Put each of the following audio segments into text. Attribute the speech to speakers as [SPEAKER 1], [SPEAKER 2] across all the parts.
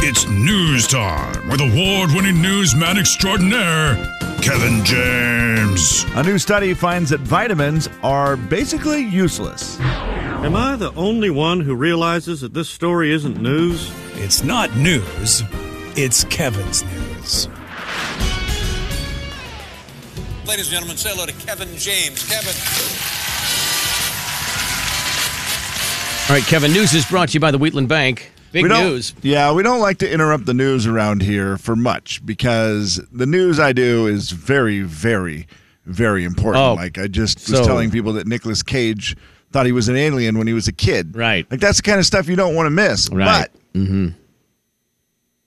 [SPEAKER 1] It's news time with award winning newsman extraordinaire, Kevin James.
[SPEAKER 2] A new study finds that vitamins are basically useless.
[SPEAKER 3] Am I the only one who realizes that this story isn't news?
[SPEAKER 4] It's not news, it's Kevin's news.
[SPEAKER 5] Ladies and gentlemen, say hello to Kevin James. Kevin.
[SPEAKER 6] All right, Kevin, news is brought to you by the Wheatland Bank. Big
[SPEAKER 2] we don't,
[SPEAKER 6] news.
[SPEAKER 2] Yeah, we don't like to interrupt the news around here for much because the news I do is very, very, very important.
[SPEAKER 6] Oh,
[SPEAKER 2] like I just was
[SPEAKER 6] so-
[SPEAKER 2] telling people that Nicolas Cage thought he was an alien when he was a kid.
[SPEAKER 6] Right.
[SPEAKER 2] Like that's the kind of stuff you don't want to miss.
[SPEAKER 6] Right. Mm-hmm.
[SPEAKER 2] But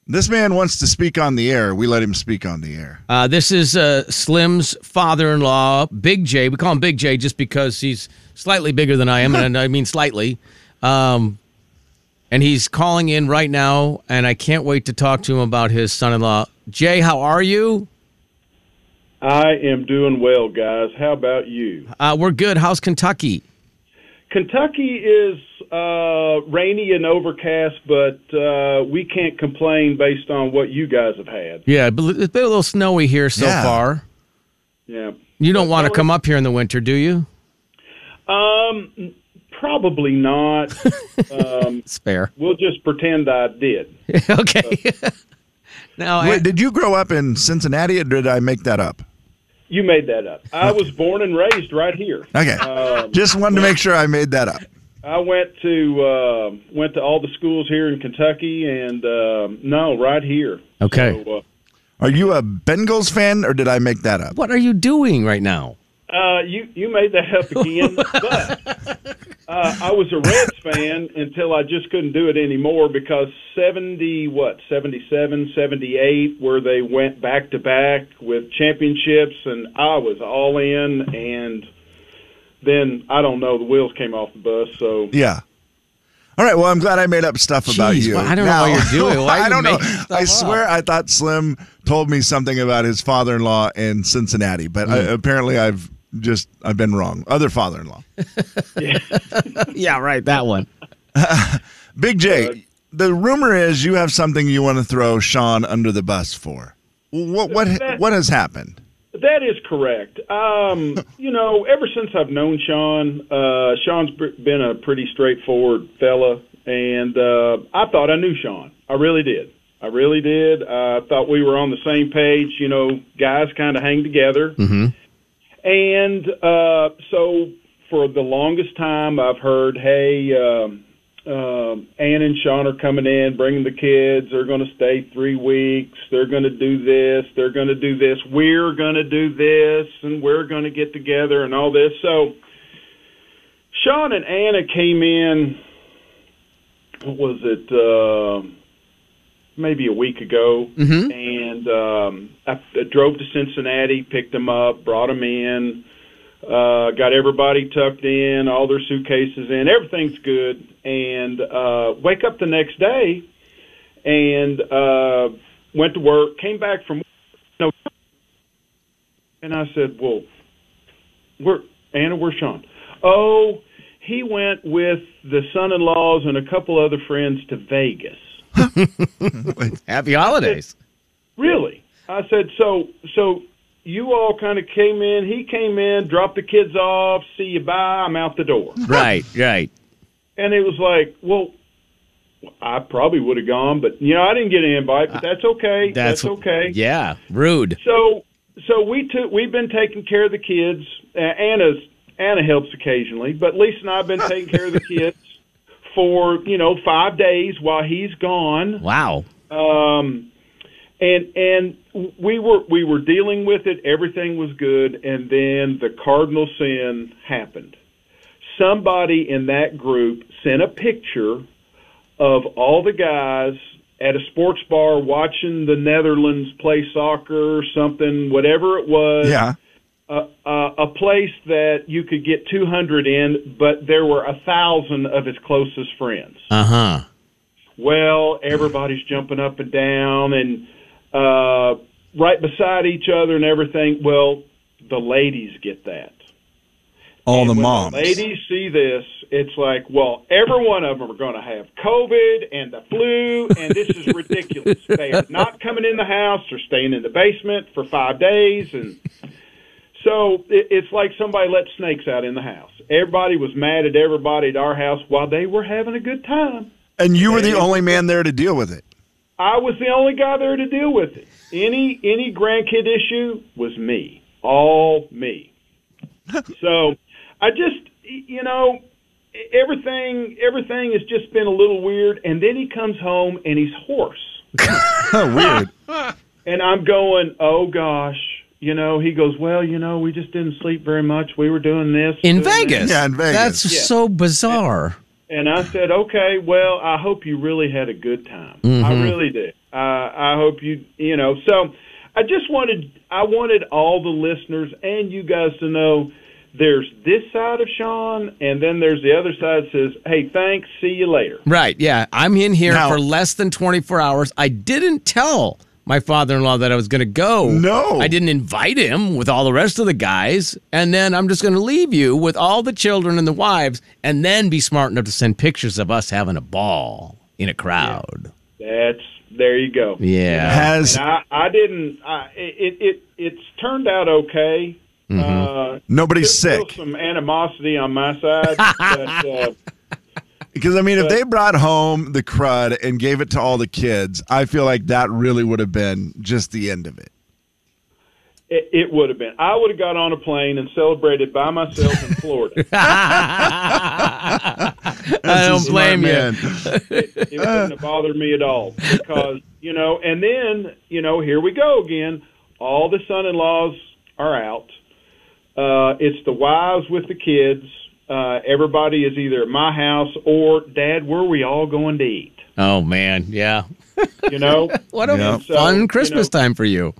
[SPEAKER 2] this man wants to speak on the air. We let him speak on the air.
[SPEAKER 6] Uh, this is uh, Slim's father in law, Big J. We call him Big J just because he's slightly bigger than I am, and I mean slightly. Um, and he's calling in right now, and I can't wait to talk to him about his son in law. Jay, how are you?
[SPEAKER 7] I am doing well, guys. How about you?
[SPEAKER 6] Uh, we're good. How's Kentucky?
[SPEAKER 7] Kentucky is uh, rainy and overcast, but uh, we can't complain based on what you guys have had.
[SPEAKER 6] Yeah, but it's been a little snowy here so
[SPEAKER 2] Yeah.
[SPEAKER 6] far.
[SPEAKER 7] Yeah,
[SPEAKER 6] You don't want to come up here in the winter, do you?
[SPEAKER 7] um, probably not.
[SPEAKER 6] It's fair.
[SPEAKER 7] we'll just pretend I did.
[SPEAKER 6] okay. now, I-
[SPEAKER 2] Wait, did you grow up in Cincinnati or did I make that up?
[SPEAKER 7] You made that up. I was born and raised right here.
[SPEAKER 2] Okay. just wanted to make sure I made that up.
[SPEAKER 7] I went to uh, went to all the schools here in Kentucky, and um no, right here.
[SPEAKER 6] Okay.
[SPEAKER 7] So, uh,
[SPEAKER 2] Are you a Bengals fan or did I make that up?
[SPEAKER 6] what are you doing right now?
[SPEAKER 7] Uh, you you made that up again, but uh, I was a Reds fan until I just couldn't do it anymore because seventy what seventy seven seventy eight where they went back to back with championships and I was all in and then I don't know the wheels came off the bus so
[SPEAKER 2] Yeah. All right. Well, I'm glad I made up stuff about
[SPEAKER 6] Jeez,
[SPEAKER 2] you.
[SPEAKER 6] well, I don't know what you're doing. Why are
[SPEAKER 2] I
[SPEAKER 6] you
[SPEAKER 2] don't know.
[SPEAKER 6] making stuff
[SPEAKER 2] I
[SPEAKER 6] up?
[SPEAKER 2] swear, I thought Slim told me something about his father-in-law in Cincinnati, but I,
[SPEAKER 6] Mm.
[SPEAKER 2] apparently I've just I've been wrong. Other father-in-law,
[SPEAKER 6] Yeah, right. That one.
[SPEAKER 2] Big J. The rumor is you have something you want to throw Sean under the bus for. What what what has happened?
[SPEAKER 7] That is correct. Um, you know, ever since I've known Sean, uh, Sean's b- been a pretty straightforward fella, and uh, I thought I knew Sean. I really did. I really did. I thought we were on the same page. You know, guys kind of hang together.
[SPEAKER 6] Mm-hmm.
[SPEAKER 7] And uh, so for the longest time, I've heard, hey, um, um, Ann and Sean are coming in, bringing the kids. They're going to stay three weeks. They're going to do this. They're going to do this. We're going to do this, and we're going to get together and all this. So Sean and Anna came in. What was it? um maybe a week ago,
[SPEAKER 6] Mm-hmm.
[SPEAKER 7] and um, I, I drove to Cincinnati, picked them up, brought them in, uh, got everybody tucked in, all their suitcases in, everything's good, and uh, wake up the next day, and uh, went to work, came back from no, and I said, well, where Anna, where's Sean? Oh. He went with the son-in-laws and a couple other friends to Vegas.
[SPEAKER 6] Happy holidays.
[SPEAKER 7] Really? I said, so so you all kind of came in. He came in, dropped the kids off, see you bye. I'm out the door.
[SPEAKER 6] right, right.
[SPEAKER 7] And it was like, well, I probably would have gone, but you know, I didn't get an invite. But that's okay. That's, okay.
[SPEAKER 6] Yeah, rude.
[SPEAKER 7] So so we took we've been taking care of the kids. Uh, Anna's Anna helps occasionally, but Lisa and I've been taking care of the kids for you know five days while he's gone.
[SPEAKER 6] Wow.
[SPEAKER 7] um, and and we were we were dealing with it. Everything was good, and then the cardinal sin happened. Somebody in that group sent a picture of all the guys at a sports bar watching the Netherlands play soccer or something, whatever it was
[SPEAKER 2] Yeah.
[SPEAKER 7] a, a place that you could get 200 in, but there were a thousand of his closest friends.
[SPEAKER 6] Uh huh.
[SPEAKER 7] Well, everybody's jumping up and down and uh, right beside each other and everything. Well, the ladies get that.
[SPEAKER 2] All the
[SPEAKER 7] When
[SPEAKER 2] moms.
[SPEAKER 7] ladies see this, it's like, well, every one of them are going to have COVID and the flu, and this is ridiculous. ridiculous. they are not coming in the house or staying in the basement for five days, and so it, it's like somebody let snakes out in the house. Everybody was mad at everybody at our house while they were having a good time.
[SPEAKER 2] And you were the only man there to deal with it.
[SPEAKER 7] I was the only guy there to deal with it. Any any grandkid issue was me, all me. so I just you know e, everything everything has just been a little weird. And then he comes home and he's hoarse,
[SPEAKER 2] Oh, weird.
[SPEAKER 7] and I'm going, oh gosh. You know, he goes, well, you know, we just didn't sleep very much. We were doing this
[SPEAKER 6] in
[SPEAKER 7] doing that."
[SPEAKER 6] Vegas.
[SPEAKER 2] Yeah, in Vegas.
[SPEAKER 6] That's
[SPEAKER 7] Yeah.
[SPEAKER 6] so bizarre.
[SPEAKER 7] And I said, okay, well, I hope you really had a good time. I really did. Uh, I hope you, you know. So I just wanted, I wanted all the listeners and you guys to know there's this side of Sean, and then there's the other side that says, hey, thanks, see you later.
[SPEAKER 6] Right. Yeah. I'm in here
[SPEAKER 2] Now-
[SPEAKER 6] for less than 24 hours. I didn't tell my father in law that I was going to go.
[SPEAKER 2] No.
[SPEAKER 6] I didn't invite him with all the rest of the guys. And then I'm just going to leave you with all the children and the wives and then be smart enough to send pictures of us having a ball in a crowd.
[SPEAKER 7] That's, there you go.
[SPEAKER 6] Yeah.
[SPEAKER 2] Has
[SPEAKER 7] And I, I didn't, I, it, it, it's turned out okay. Uh,
[SPEAKER 2] nobody's
[SPEAKER 7] there's still
[SPEAKER 2] sick?
[SPEAKER 7] some animosity on my side, but uh,
[SPEAKER 2] Because I mean, if they brought home the crud and gave it to all the kids, I feel like that really would have been just the end of it.
[SPEAKER 7] It, it would have been. I would have got on a plane and celebrated by myself in Florida.
[SPEAKER 6] I
[SPEAKER 2] That's
[SPEAKER 6] don't
[SPEAKER 2] a smart
[SPEAKER 6] blame you.
[SPEAKER 2] man.
[SPEAKER 7] It wouldn't have bothered me at all because you know. And then you know, here we go again. All the son-in-laws are out. Uh, it's the wives with the kids. Uh, everybody is either at my house or Dad. Where are we all going to eat?
[SPEAKER 6] Oh, man. Yeah.
[SPEAKER 7] You know,
[SPEAKER 6] What a
[SPEAKER 2] Yeah.
[SPEAKER 7] So, you
[SPEAKER 6] fun
[SPEAKER 7] know-
[SPEAKER 6] Christmas time for you.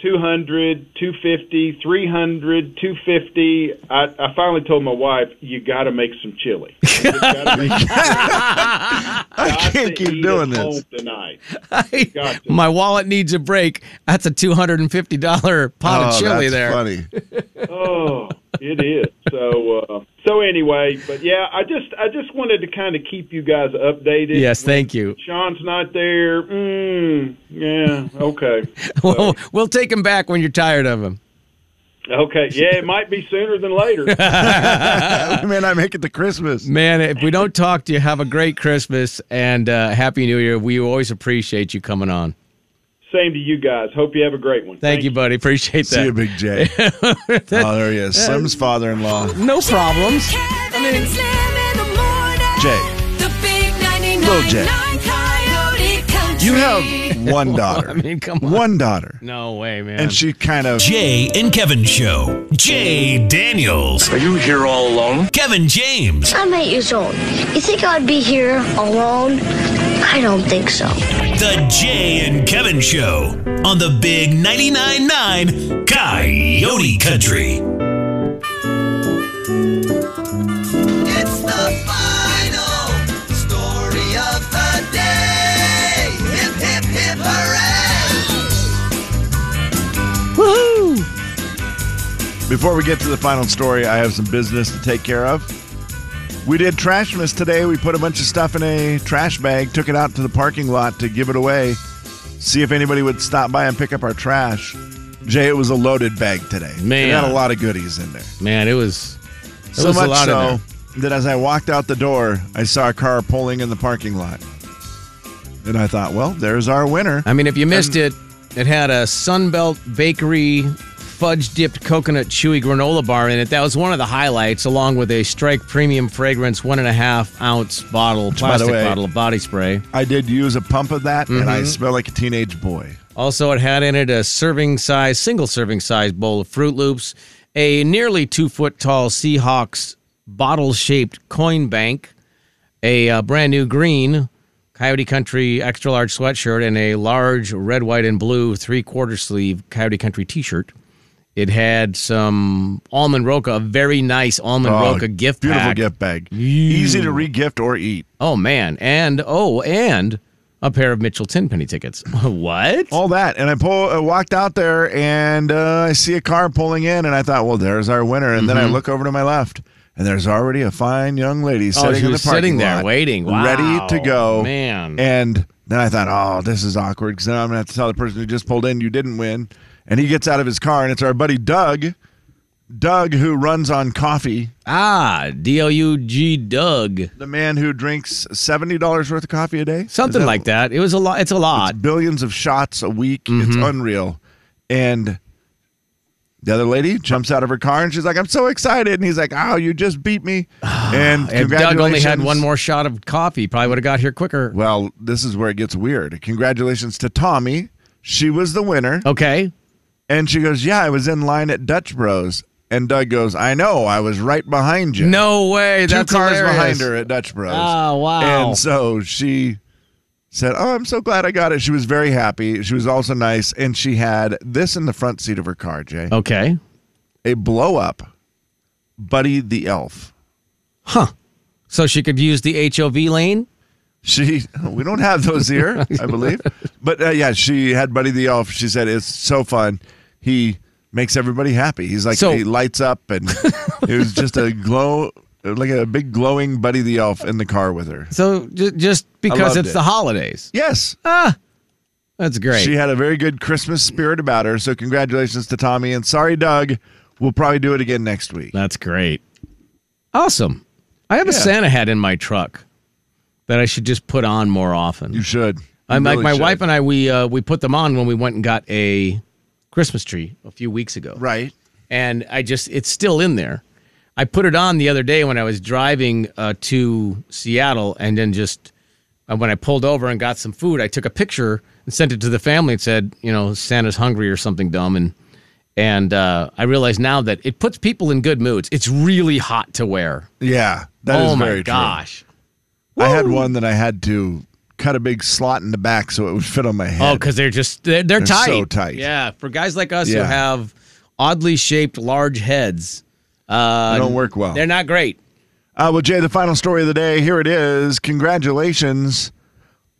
[SPEAKER 7] 200, 250, 300, 250. I, I finally told my wife, you got to make some chili. You just gotta make some
[SPEAKER 2] I
[SPEAKER 7] got
[SPEAKER 2] can't
[SPEAKER 7] to
[SPEAKER 2] keep
[SPEAKER 7] eat
[SPEAKER 2] doing
[SPEAKER 7] at home
[SPEAKER 2] this.
[SPEAKER 7] tonight.
[SPEAKER 6] I- my wallet needs a break. That's a $250 pot
[SPEAKER 2] oh,
[SPEAKER 6] of chili
[SPEAKER 2] that's
[SPEAKER 6] there.
[SPEAKER 2] funny.
[SPEAKER 7] Oh, it is. So, uh, so anyway, but yeah, I just, I just wanted to kind of keep you guys updated.
[SPEAKER 6] Yes, thank you.
[SPEAKER 7] Sean's not there. Mm, yeah. Okay.
[SPEAKER 6] We'll, we'll take him back when you're tired of him.
[SPEAKER 7] Okay. Yeah, it might be sooner than later.
[SPEAKER 2] I mean, I make it to Christmas.
[SPEAKER 6] Man, if we don't talk to you, have a great Christmas and uh, Happy New Year. We always appreciate you coming on.
[SPEAKER 7] Same to you guys. Hope you have a great one.
[SPEAKER 6] Thank, you, buddy. Appreciate
[SPEAKER 2] See you,
[SPEAKER 6] that.
[SPEAKER 2] Big J. oh, there he is. Slim's father-in-law.
[SPEAKER 6] No problems.
[SPEAKER 8] Kevin and Slim in the morning.
[SPEAKER 2] Jay.
[SPEAKER 8] The big 99
[SPEAKER 2] Little Jay.
[SPEAKER 8] Coyote Country.
[SPEAKER 2] You have one daughter.
[SPEAKER 6] mean, come on.
[SPEAKER 2] One daughter,
[SPEAKER 6] No way, man.
[SPEAKER 2] and she kind of.
[SPEAKER 4] Jay and Kevin Show. Jay Daniels. Are you here all alone? Kevin James.
[SPEAKER 9] I'm eight years old. You think I'd be here alone? I don't think so.
[SPEAKER 4] The Jay and Kevin Show on the Big 99.9 9 Coyote Country.
[SPEAKER 10] It's the final story of the day. Hip, hip, hip, hooray!
[SPEAKER 6] Woohoo!
[SPEAKER 2] Before we get to the final story, I have some business to take care of. We did Trashmas today. We put a bunch of stuff in a trash bag, took it out to the parking lot to give it away, see if anybody would stop by and pick up our trash. Jay, it was a loaded bag today.
[SPEAKER 6] Man.
[SPEAKER 2] it had a lot of goodies in there.
[SPEAKER 6] Man, it was. It
[SPEAKER 2] so
[SPEAKER 6] was
[SPEAKER 2] much
[SPEAKER 6] a lot
[SPEAKER 2] so
[SPEAKER 6] in there.
[SPEAKER 2] that as I walked out the door, I saw a car pulling in the parking lot, and I thought, well, there's our winner.
[SPEAKER 6] I mean, if you missed it, it had a Sunbelt Bakery fudge dipped coconut chewy granola bar in it. That was one of the highlights, along with a Strike Premium Fragrance one and a half ounce bottle,
[SPEAKER 2] by the
[SPEAKER 6] plastic
[SPEAKER 2] way-
[SPEAKER 6] bottle of body spray.
[SPEAKER 2] I did use a pump of that, and
[SPEAKER 6] Mm-hmm.
[SPEAKER 2] I smell like a teenage boy.
[SPEAKER 6] Also, it had in it a serving size, single serving size bowl of Fruit Loops, a nearly two foot tall Seahawks bottle shaped coin bank, a uh, brand new green Coyote Country extra large sweatshirt, and a large red, white, and blue three quarter sleeve Coyote Country t shirt. It had some almond roca, a very nice almond roca gift
[SPEAKER 2] Oh, beautiful
[SPEAKER 6] pack.
[SPEAKER 2] gift bag. Easy to re-gift or eat.
[SPEAKER 6] Oh man, and oh, and a pair of Mitchell Tenpenny tickets. what?
[SPEAKER 2] All that, and I pull, I walked out there, and uh, I see a car pulling in, and I thought, well, there's our winner. And then I look over to my left, and there's already a fine young lady
[SPEAKER 6] Mm-hmm. Oh,
[SPEAKER 2] sitting
[SPEAKER 6] she
[SPEAKER 2] in the
[SPEAKER 6] was
[SPEAKER 2] parking
[SPEAKER 6] sitting there
[SPEAKER 2] lot,
[SPEAKER 6] waiting. Wow.
[SPEAKER 2] ready to go.
[SPEAKER 6] Man.
[SPEAKER 2] And then I thought, oh, this is awkward because then I'm gonna have to tell the person who just pulled in you didn't win. And he gets out of his car, and it's our buddy Doug, Doug who runs on coffee,
[SPEAKER 6] Ah, D O U G Doug.
[SPEAKER 2] the man who drinks seventy dollars worth of coffee a day,
[SPEAKER 6] Something like that. It was a lot. It's a lot.
[SPEAKER 2] billions of shots a week. It's
[SPEAKER 6] Mm-hmm.
[SPEAKER 2] unreal. And the other lady jumps out of her car and she's like, "I'm so excited!" And he's like, "Oh, you just beat me!" And
[SPEAKER 6] If Doug only had
[SPEAKER 2] congratulations-
[SPEAKER 6] one more shot of coffee, he probably would have got here quicker.
[SPEAKER 2] Well, this is where it gets weird. Congratulations to Tommy. She was the winner.
[SPEAKER 6] Okay.
[SPEAKER 2] And she goes, Yeah, I was in line at Dutch Bros. And Doug goes, I know, I was right behind you.
[SPEAKER 6] No way.
[SPEAKER 2] Two
[SPEAKER 6] That's
[SPEAKER 2] cars
[SPEAKER 6] hilarious.
[SPEAKER 2] behind her at Dutch Bros.
[SPEAKER 6] Oh, wow.
[SPEAKER 2] And so she said, Oh, I'm so glad I got it. She was very happy. She was also nice. And she had this in the front seat of her car, Jay
[SPEAKER 6] Okay.
[SPEAKER 2] a blow up Buddy the Elf.
[SPEAKER 6] So she could use the HOV lane.
[SPEAKER 2] She, we don't have those here, I believe. But uh, yeah, she had Buddy the Elf. She said it's so fun. He makes everybody happy. He's like
[SPEAKER 6] So-
[SPEAKER 2] he lights up, and it was just a glow, like a big glowing Buddy the Elf in the car with her.
[SPEAKER 6] So j- just because
[SPEAKER 2] loved
[SPEAKER 6] it's
[SPEAKER 2] it.
[SPEAKER 6] the holidays.
[SPEAKER 2] Yes,
[SPEAKER 6] That's great.
[SPEAKER 2] she had a very good Christmas spirit about her. So congratulations to Tommy, and sorry, Doug. We'll probably do it again next week.
[SPEAKER 6] That's great. Awesome. I have a
[SPEAKER 2] Yeah.
[SPEAKER 6] Santa hat in my truck that I should just put on more often.
[SPEAKER 2] You should.
[SPEAKER 6] I, like my wife and I, we uh, we put them on when we went and got a Christmas tree a few weeks ago.
[SPEAKER 2] Right.
[SPEAKER 6] and I just it's still in there. I put it on the other day when I was driving uh, to Seattle, and then just uh, when I pulled over and got some food, I took a picture and sent it to the family and said, you know, Santa's hungry or something dumb, and and uh, I realize now that it puts people in good moods. It's really hot to wear.
[SPEAKER 2] Yeah, that is
[SPEAKER 6] oh my
[SPEAKER 2] very true.
[SPEAKER 6] gosh!
[SPEAKER 2] I had one that I had to cut a big slot in the back so it would fit on my
[SPEAKER 6] Oh,
[SPEAKER 2] head.
[SPEAKER 6] because they're just they're, they're,
[SPEAKER 2] They're
[SPEAKER 6] tight.
[SPEAKER 2] so tight.
[SPEAKER 6] Yeah, for guys like us who
[SPEAKER 2] Yeah.
[SPEAKER 6] have oddly shaped large heads, uh,
[SPEAKER 2] They don't work well.
[SPEAKER 6] They're not great.
[SPEAKER 2] Uh, well, Jay, the final story of the day. Here it is. Congratulations.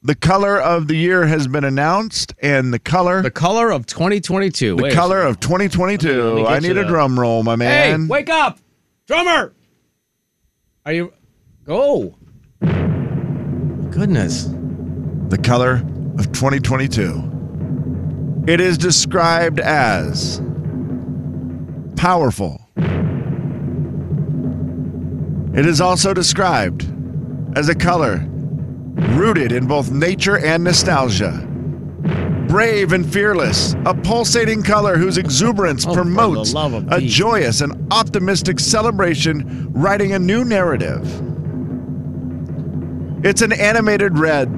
[SPEAKER 2] The color of the year has been announced, and the color,
[SPEAKER 6] The
[SPEAKER 2] the,
[SPEAKER 6] color of 2022. Wait a
[SPEAKER 2] color of 2022.
[SPEAKER 6] Let me get
[SPEAKER 2] I need
[SPEAKER 6] you
[SPEAKER 2] a
[SPEAKER 6] the-
[SPEAKER 2] drum roll, my
[SPEAKER 6] Hey,
[SPEAKER 2] man.
[SPEAKER 6] wake up, drummer! Are you? Go! Goodness,
[SPEAKER 2] The color of 2022. It is described as powerful. It is also described as a color rooted in both nature and nostalgia. Brave and fearless, a pulsating color whose exuberance
[SPEAKER 6] Oh, for the
[SPEAKER 2] promotes
[SPEAKER 6] love of
[SPEAKER 2] a
[SPEAKER 6] Pete.
[SPEAKER 2] joyous and optimistic celebration, writing a new narrative. It's an animated red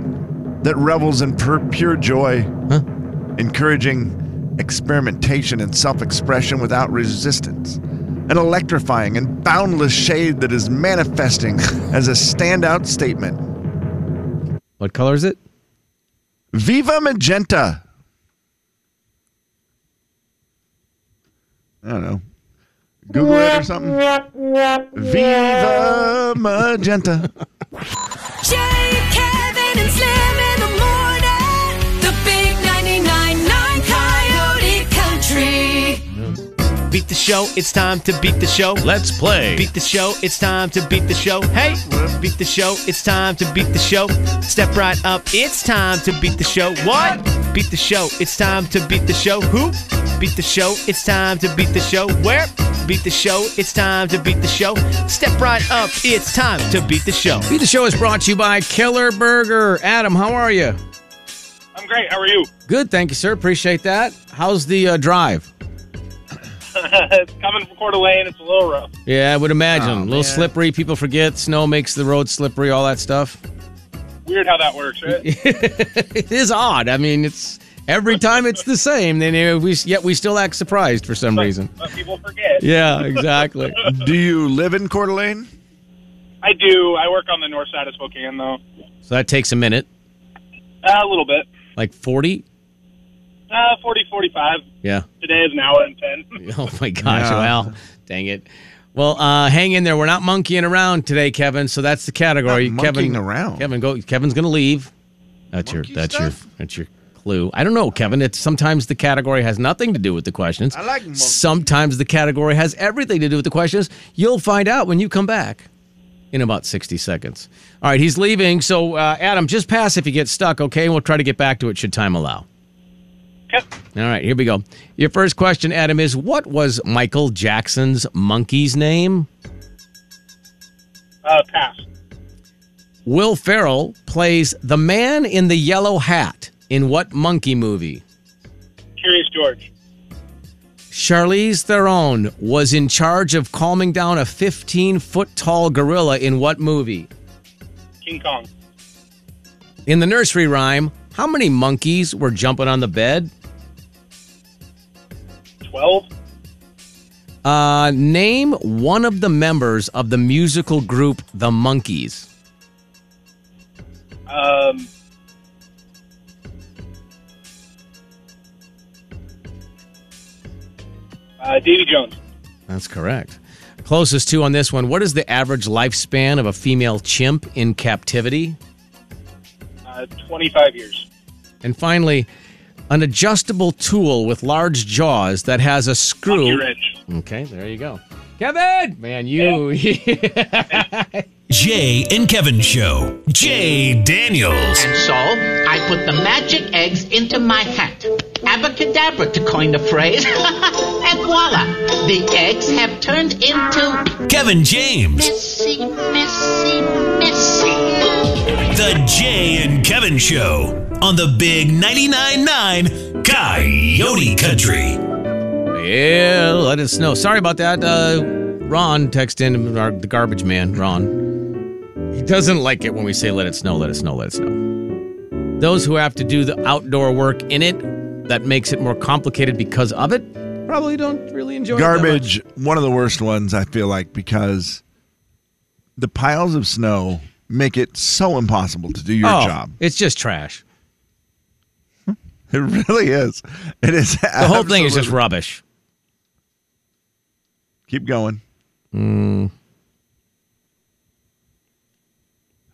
[SPEAKER 2] that revels in pur- pure joy, encouraging experimentation and self expression without resistance. An electrifying and boundless shade that is manifesting as a standout statement.
[SPEAKER 6] what color is it?
[SPEAKER 2] Viva Magenta! I don't know. Google it or something. Viva Magenta.
[SPEAKER 8] Jay, Kevin, and Slim in the morning. The big 99.9 Coyote Country.
[SPEAKER 4] Beat the show, it's time to beat the show.
[SPEAKER 6] Let's play.
[SPEAKER 4] Beat the show, it's time to beat the show. Hey, beat the show, it's time to beat the show. Step right up, it's time to beat the show. What? Beat the show, it's time to beat the show. Who? Beat the show, it's time to beat the show. Where? Beat the show, it's time to beat the show. Step right up, it's time to beat the show.
[SPEAKER 6] Beat the show is brought to you by Killer Burger. Adam, how are you?
[SPEAKER 11] I'm great. How are you?
[SPEAKER 6] Good, thank you, sir. Appreciate that. How's the uh, drive?
[SPEAKER 11] it's coming from Coeur d'Alene. It's a little rough.
[SPEAKER 6] Yeah, I would imagine.
[SPEAKER 2] Oh,
[SPEAKER 6] a little slippery. People forget snow makes the road slippery. All that stuff.
[SPEAKER 11] Weird how that works, right?
[SPEAKER 6] It is odd. I mean, it's every time it's the same. Then uh, we yet we still act surprised for some reason.
[SPEAKER 11] But people forget.
[SPEAKER 6] Yeah, exactly.
[SPEAKER 2] Do you live in Coeur d'Alene?
[SPEAKER 11] I do. I work on the north side of Spokane, though.
[SPEAKER 6] So that takes a minute,
[SPEAKER 11] Uh, a little bit.
[SPEAKER 6] like 40.
[SPEAKER 11] Uh, 40, 45.
[SPEAKER 6] Yeah.
[SPEAKER 11] Today is an hour and 10.
[SPEAKER 6] Oh my gosh.
[SPEAKER 2] Yeah.
[SPEAKER 6] Well, dang it. Well, uh, hang in there. We're not monkeying around today, Kevin. So that's the category.
[SPEAKER 2] Not
[SPEAKER 6] Kevin
[SPEAKER 2] monkeying around.
[SPEAKER 6] Kevin, go. Kevin's gonna leave. That's your.
[SPEAKER 2] Monkey
[SPEAKER 6] That's
[SPEAKER 2] stuff?
[SPEAKER 6] your. That's your clue. I don't know, Kevin. It's sometimes the category has nothing to do with the questions. I like sometimes the category has everything to do with the questions. You'll find out when you come back in about 60 seconds. All right, he's leaving. So, uh, Adam, just pass if you get stuck, okay? We'll try to get back to it should time allow. All right, here we go. Your first question, Adam, is what was Michael Jackson's monkey's name?
[SPEAKER 11] Uh, pass.
[SPEAKER 6] Will Ferrell plays the man in the yellow hat in what monkey movie?
[SPEAKER 11] Curious George.
[SPEAKER 6] Charlize Theron was in charge of calming down a 15 foot tall gorilla in what movie?
[SPEAKER 11] King Kong.
[SPEAKER 6] In the nursery rhyme, how many monkeys were jumping on the bed?
[SPEAKER 11] 12.
[SPEAKER 6] Uh, name one of the members of the musical group The Monkeys.
[SPEAKER 11] Um, uh, Davy Jones.
[SPEAKER 6] That's correct. Closest to on this one, what is the average lifespan of a female chimp in captivity?
[SPEAKER 11] Uh, 25 years.
[SPEAKER 6] And finally, an adjustable tool with large jaws that has a
[SPEAKER 11] Monkey
[SPEAKER 6] screw.
[SPEAKER 11] wrench.
[SPEAKER 6] Okay, there you go. Kevin! Man, you.
[SPEAKER 12] Jay and Kevin Show. Jay Daniels.
[SPEAKER 13] And so I put the magic eggs into my hat. Abacadabra, to coin the phrase. and voila, the eggs have turned into
[SPEAKER 12] Kevin James.
[SPEAKER 13] messy, messy, messy.
[SPEAKER 12] The Jay and Kevin Show on the Big 99.9 9 Coyote Country.
[SPEAKER 6] Yeah, let us know. Sorry about that. Uh, Ron texted in our, the garbage man, Ron. He doesn't like it when we say let it snow, let it snow, let it snow. Those who have to do the outdoor work in it, that makes it more complicated because of it, probably don't really enjoy it that much.
[SPEAKER 2] Garbage, one of the worst ones, I feel like, because the piles of snow make it so impossible to do your
[SPEAKER 6] Oh,
[SPEAKER 2] job.
[SPEAKER 6] It's just trash.
[SPEAKER 2] It really is. It is.
[SPEAKER 6] The whole thing is just rubbish.
[SPEAKER 2] Keep going.
[SPEAKER 6] Hmm.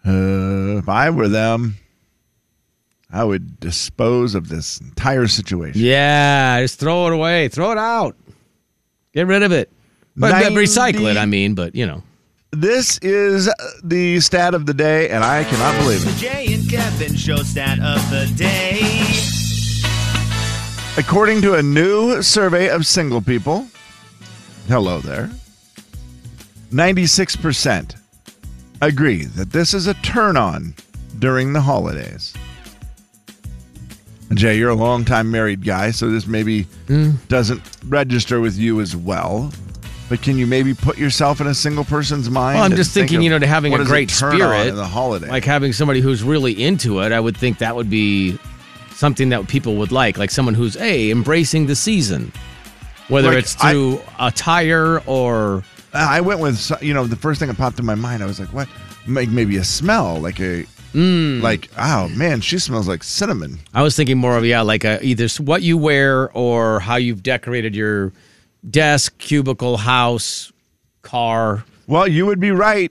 [SPEAKER 2] Uh, if I were them, I would dispose of this entire situation.
[SPEAKER 6] Yeah, just throw it away, throw it out, get rid of it, but, but recycle it.
[SPEAKER 2] 90
[SPEAKER 6] I mean, but you know.
[SPEAKER 2] This is the stat of the day, and I cannot believe
[SPEAKER 4] The
[SPEAKER 2] it.
[SPEAKER 4] Jay and Kevin show stat of the day.
[SPEAKER 2] According to a new survey of single people, hello there, 96% agree that this is a turn on during the holidays. Jay, you're a longtime married guy, so this maybe
[SPEAKER 6] Hmm.
[SPEAKER 2] doesn't register with you as well. But can you maybe put yourself in a single person's mind?
[SPEAKER 6] Well, I'm
[SPEAKER 2] and
[SPEAKER 6] just
[SPEAKER 2] think
[SPEAKER 6] thinking,
[SPEAKER 2] of
[SPEAKER 6] you know, to having
[SPEAKER 2] what
[SPEAKER 6] a
[SPEAKER 2] is
[SPEAKER 6] great
[SPEAKER 2] turn on
[SPEAKER 6] spirit,
[SPEAKER 2] in the holiday?
[SPEAKER 6] like having somebody who's really into it, I would think that would be something that people would like, like someone who's a embracing the season, whether
[SPEAKER 2] Like,
[SPEAKER 6] it's through attire or
[SPEAKER 2] I went with so- you know the first thing that popped in my mind. I was like, what? Like maybe a smell, like a
[SPEAKER 6] Mm.
[SPEAKER 2] like. Oh man, she smells like cinnamon.
[SPEAKER 6] I was thinking more of yeah, like uh either s- what you wear or how you've decorated your desk, cubicle, house, car.
[SPEAKER 2] Well, you would be right.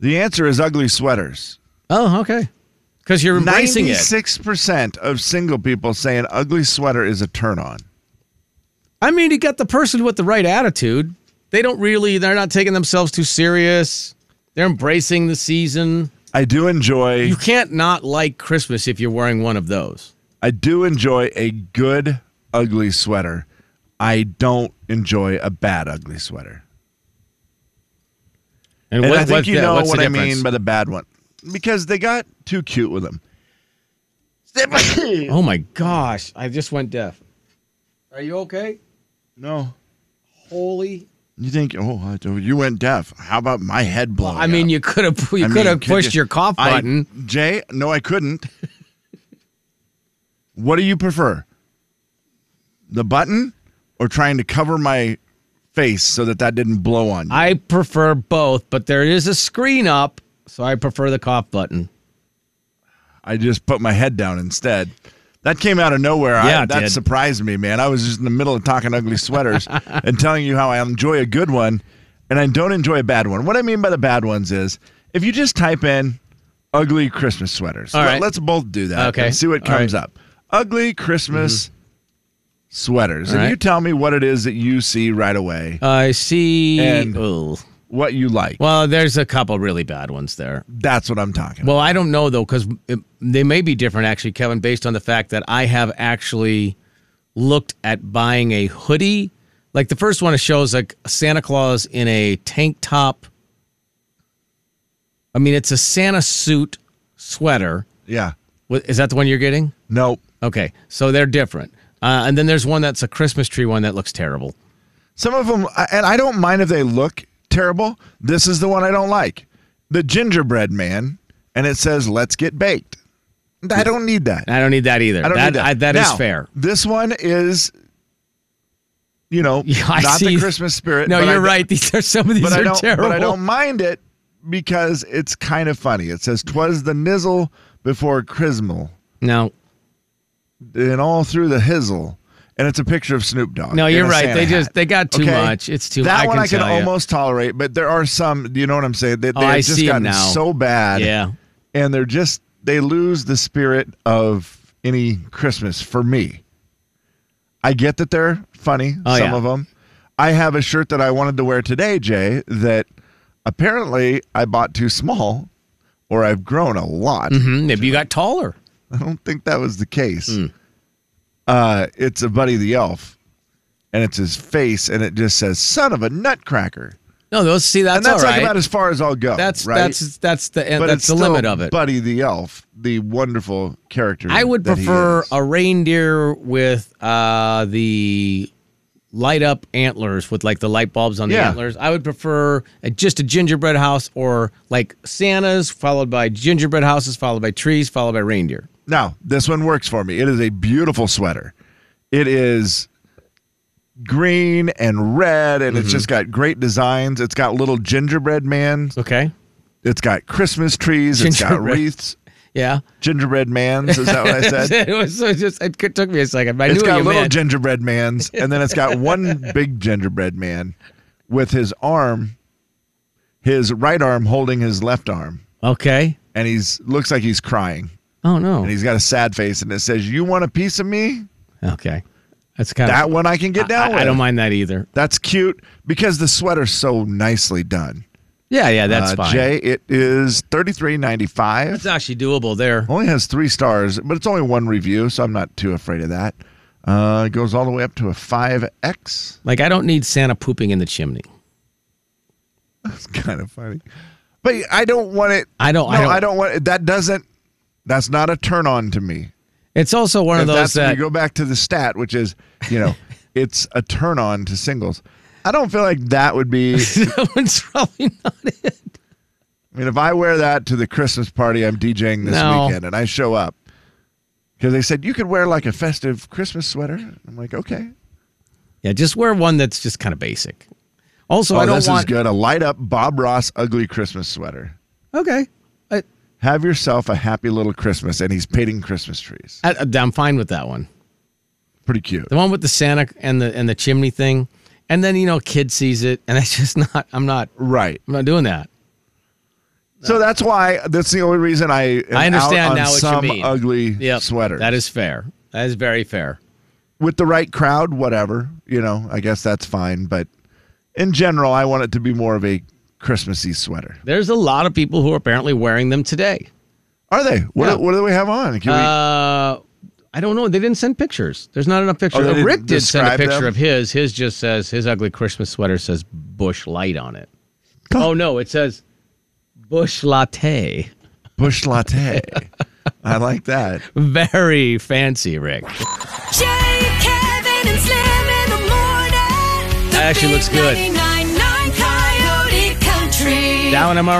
[SPEAKER 2] The answer is ugly sweaters.
[SPEAKER 6] Oh, okay. Because you're embracing it.
[SPEAKER 2] Ninety-six percent of single people say an ugly sweater is a turn on.
[SPEAKER 6] I mean, you got the person with the right attitude. They don't really. They're not taking themselves too serious. They're embracing the season.
[SPEAKER 2] I do enjoy.
[SPEAKER 6] You can't not like Christmas if you're wearing one of those.
[SPEAKER 2] I do enjoy a good ugly sweater. I don't enjoy a bad ugly sweater. And, I think you know what I mean by the bad one because they got too cute with them.
[SPEAKER 6] oh my gosh! I just went deaf. Are you okay?
[SPEAKER 2] No.
[SPEAKER 6] Holy
[SPEAKER 2] You think, oh, I do- you went deaf. How about my head blowing?
[SPEAKER 6] I mean,
[SPEAKER 2] up?
[SPEAKER 6] you could have
[SPEAKER 2] Oh, I
[SPEAKER 6] you
[SPEAKER 2] mean,
[SPEAKER 6] could have
[SPEAKER 2] could
[SPEAKER 6] pushed
[SPEAKER 2] you-
[SPEAKER 6] your cough
[SPEAKER 2] I-
[SPEAKER 6] button.
[SPEAKER 2] Jay, no, I couldn't. what do you prefer? The button or trying to cover my face so that that didn't blow on you?
[SPEAKER 6] I prefer both, but there is a screen up, so I prefer the cough button.
[SPEAKER 2] I just put my head down instead. That came out of nowhere.
[SPEAKER 6] Yeah,
[SPEAKER 2] I,
[SPEAKER 6] it
[SPEAKER 2] that
[SPEAKER 6] did.
[SPEAKER 2] surprised me, man. I was just in the middle of talking ugly sweaters and telling you how I enjoy a good one and I don't enjoy a bad one. What I mean by the bad ones is if you just type in ugly Christmas sweaters.
[SPEAKER 6] All right.
[SPEAKER 2] Let's both do that.
[SPEAKER 6] Okay.
[SPEAKER 2] and see what
[SPEAKER 6] All
[SPEAKER 2] comes
[SPEAKER 6] right. Mm-hmm.
[SPEAKER 2] up. Ugly Christmas sweaters.
[SPEAKER 6] All
[SPEAKER 2] and
[SPEAKER 6] right.
[SPEAKER 2] you tell me what it is that you see right away.
[SPEAKER 6] I see.
[SPEAKER 2] And
[SPEAKER 6] what you like? Well, there's a couple really bad ones there.
[SPEAKER 2] That's what I'm talking.
[SPEAKER 6] Well, I don't know though, because they may be different actually, Kevin, based on the fact that I have actually looked at buying a hoodie. Like the first one it shows like Santa Claus in a tank top. I mean, it's a Santa suit sweater.
[SPEAKER 2] Yeah.
[SPEAKER 6] Is that the one you're getting?
[SPEAKER 2] Nope.
[SPEAKER 6] Okay, so they're different. Uh, and then there's one that's a Christmas tree one that looks terrible.
[SPEAKER 2] Some of them, and I don't mind if they look terrible. This is the one I don't like the gingerbread man, and it says, let's get baked. I don't need that.
[SPEAKER 6] I don't need that either.
[SPEAKER 2] I don't
[SPEAKER 6] that
[SPEAKER 2] need that.
[SPEAKER 6] I, that is
[SPEAKER 2] Now,
[SPEAKER 6] fair.
[SPEAKER 2] This one is, you know,
[SPEAKER 6] I
[SPEAKER 2] not
[SPEAKER 6] see.
[SPEAKER 2] the Christmas spirit.
[SPEAKER 6] No,
[SPEAKER 2] but I
[SPEAKER 6] you're
[SPEAKER 2] d-
[SPEAKER 6] right. These are some of these
[SPEAKER 2] but I
[SPEAKER 6] are
[SPEAKER 2] don't,
[SPEAKER 6] terrible.
[SPEAKER 2] But I don't mind it because it's kind of funny. It says, "Twas the nizzle before chrismal."
[SPEAKER 6] No.
[SPEAKER 2] And all through the hizzle, and it's a picture of Snoop Dogg.
[SPEAKER 6] No,
[SPEAKER 2] in
[SPEAKER 6] you're
[SPEAKER 2] a
[SPEAKER 6] right.
[SPEAKER 2] Santa
[SPEAKER 6] They
[SPEAKER 2] hat.
[SPEAKER 6] just- they got too much. It's too-
[SPEAKER 2] That
[SPEAKER 6] I
[SPEAKER 2] one
[SPEAKER 6] can
[SPEAKER 2] I can
[SPEAKER 6] tell ya.
[SPEAKER 2] almost tolerate, but there are some. You know what I'm saying? They,
[SPEAKER 6] Oh,
[SPEAKER 2] they
[SPEAKER 6] I
[SPEAKER 2] have just
[SPEAKER 6] see
[SPEAKER 2] gotten
[SPEAKER 6] 'em now.
[SPEAKER 2] so bad.
[SPEAKER 6] Yeah.
[SPEAKER 2] and they're just they lose the spirit of any Christmas for me. I get that they're funny,
[SPEAKER 6] Oh,
[SPEAKER 2] some
[SPEAKER 6] yeah.
[SPEAKER 2] of them. I have a shirt that I wanted to wear today, Jay, that apparently I bought too small or I've grown a lot.
[SPEAKER 6] Mm-hmm. Maybe you got taller.
[SPEAKER 2] I don't think that was the case.
[SPEAKER 6] Hmm.
[SPEAKER 2] Uh, it's a Buddy the Elf, and it's his face, and it just says, son of a nutcracker.
[SPEAKER 6] No, those see that's,
[SPEAKER 2] and that's
[SPEAKER 6] all
[SPEAKER 2] like
[SPEAKER 6] right.
[SPEAKER 2] about as far as I'll go.
[SPEAKER 6] that's
[SPEAKER 2] right?
[SPEAKER 6] that's that's the
[SPEAKER 2] but
[SPEAKER 6] that's
[SPEAKER 2] it's
[SPEAKER 6] the
[SPEAKER 2] still
[SPEAKER 6] limit of it.
[SPEAKER 2] Buddy the Elf, the wonderful character.
[SPEAKER 6] I would
[SPEAKER 2] that he
[SPEAKER 6] prefer
[SPEAKER 2] is.
[SPEAKER 6] a reindeer with uh, the light up antlers with like the light bulbs on the
[SPEAKER 2] Yeah.
[SPEAKER 6] antlers. I would prefer a, just a gingerbread house or like Santa's followed by gingerbread houses followed by trees followed by reindeer.
[SPEAKER 2] Now, this one works for me. It is a beautiful sweater. It is green and red, and
[SPEAKER 6] Mm-hmm.
[SPEAKER 2] it's just got great designs. It's got little gingerbread man.
[SPEAKER 6] Okay.
[SPEAKER 2] It's got Christmas trees. It's got
[SPEAKER 6] Gingerbread.
[SPEAKER 2] wreaths.
[SPEAKER 6] Yeah.
[SPEAKER 2] Gingerbread mans. Is that what I said?
[SPEAKER 6] it was so just it took me a second. but I
[SPEAKER 2] it's
[SPEAKER 6] knew
[SPEAKER 2] got
[SPEAKER 6] what you
[SPEAKER 2] little
[SPEAKER 6] meant.
[SPEAKER 2] gingerbread mans, and then it's got one big gingerbread man with his arm, his right arm holding his left arm,
[SPEAKER 6] okay.
[SPEAKER 2] and he's looks like he's crying,
[SPEAKER 6] Oh no.
[SPEAKER 2] and he's got a sad face, and it says, "You want a piece of me?"
[SPEAKER 6] Okay. That's kind
[SPEAKER 2] that
[SPEAKER 6] of
[SPEAKER 2] one I can get down
[SPEAKER 6] I,
[SPEAKER 2] with.
[SPEAKER 6] I don't mind that either.
[SPEAKER 2] That's cute because the sweater's so nicely done.
[SPEAKER 6] Yeah, yeah, that's
[SPEAKER 2] Uh,
[SPEAKER 6] fine.
[SPEAKER 2] Jay, it is thirty three ninety five.
[SPEAKER 6] That's actually doable there.
[SPEAKER 2] Only has three stars, but it's only one review, so I'm not too afraid of that. Uh, it goes all the way up to a five X.
[SPEAKER 6] Like I don't need Santa pooping in the chimney.
[SPEAKER 2] That's kind of funny, but I don't want it.
[SPEAKER 6] I don't-
[SPEAKER 2] No,
[SPEAKER 6] I don't-
[SPEAKER 2] want it. That doesn't. That's not a turn on to me.
[SPEAKER 6] It's also one of
[SPEAKER 2] If that's,
[SPEAKER 6] those that
[SPEAKER 2] you go back to the stat, which is you know, it's a turn on to singles. I don't feel like that would be
[SPEAKER 6] that one's probably not it.
[SPEAKER 2] I mean, if I wear that to the Christmas party I'm DJing this
[SPEAKER 6] No.
[SPEAKER 2] weekend and I show up, because they said you could wear like a festive Christmas sweater. I'm like, okay.
[SPEAKER 6] Yeah, just wear one that's just kind of basic. Also,
[SPEAKER 2] oh,
[SPEAKER 6] I don't
[SPEAKER 2] this
[SPEAKER 6] want.
[SPEAKER 2] is good. A light up Bob Ross ugly Christmas sweater.
[SPEAKER 6] Okay, I,
[SPEAKER 2] Have yourself a happy little Christmas. And he's painting Christmas trees.
[SPEAKER 6] I, I'm fine with that one.
[SPEAKER 2] Pretty cute.
[SPEAKER 6] The one with the Santa and the and the chimney thing, and then you know, a kid sees it, and that's just not. I'm not.
[SPEAKER 2] Right.
[SPEAKER 6] I'm not doing that.
[SPEAKER 2] So that's why, that's the only reason I am
[SPEAKER 6] I
[SPEAKER 2] out
[SPEAKER 6] understand
[SPEAKER 2] on
[SPEAKER 6] now what
[SPEAKER 2] some
[SPEAKER 6] you mean.
[SPEAKER 2] ugly
[SPEAKER 6] Yep,
[SPEAKER 2] sweater.
[SPEAKER 6] That is fair. That is very fair.
[SPEAKER 2] With the right crowd, whatever. You know, I guess that's fine. But in general, I want it to be more of a Christmassy sweater.
[SPEAKER 6] There's a lot of people who are apparently wearing them today.
[SPEAKER 2] Are they? What,
[SPEAKER 6] Yeah.
[SPEAKER 2] what do we have on? Can we,
[SPEAKER 6] Uh, I don't know. They didn't send pictures. There's not enough pictures.
[SPEAKER 2] Oh, they didn't
[SPEAKER 6] Rick did send a
[SPEAKER 2] describe
[SPEAKER 6] picture
[SPEAKER 2] them?
[SPEAKER 6] of his. His just says his ugly Christmas sweater says Bush Light on it. Oh no, it says Bush Latte.
[SPEAKER 2] Bush latte. I like that.
[SPEAKER 6] Very fancy, Rick.
[SPEAKER 8] Jay, Kevin, and Slim in the morning. The
[SPEAKER 6] That actually
[SPEAKER 8] big
[SPEAKER 6] looks good.
[SPEAKER 8] 99.9 Coyote Country.
[SPEAKER 6] That one I'm all right.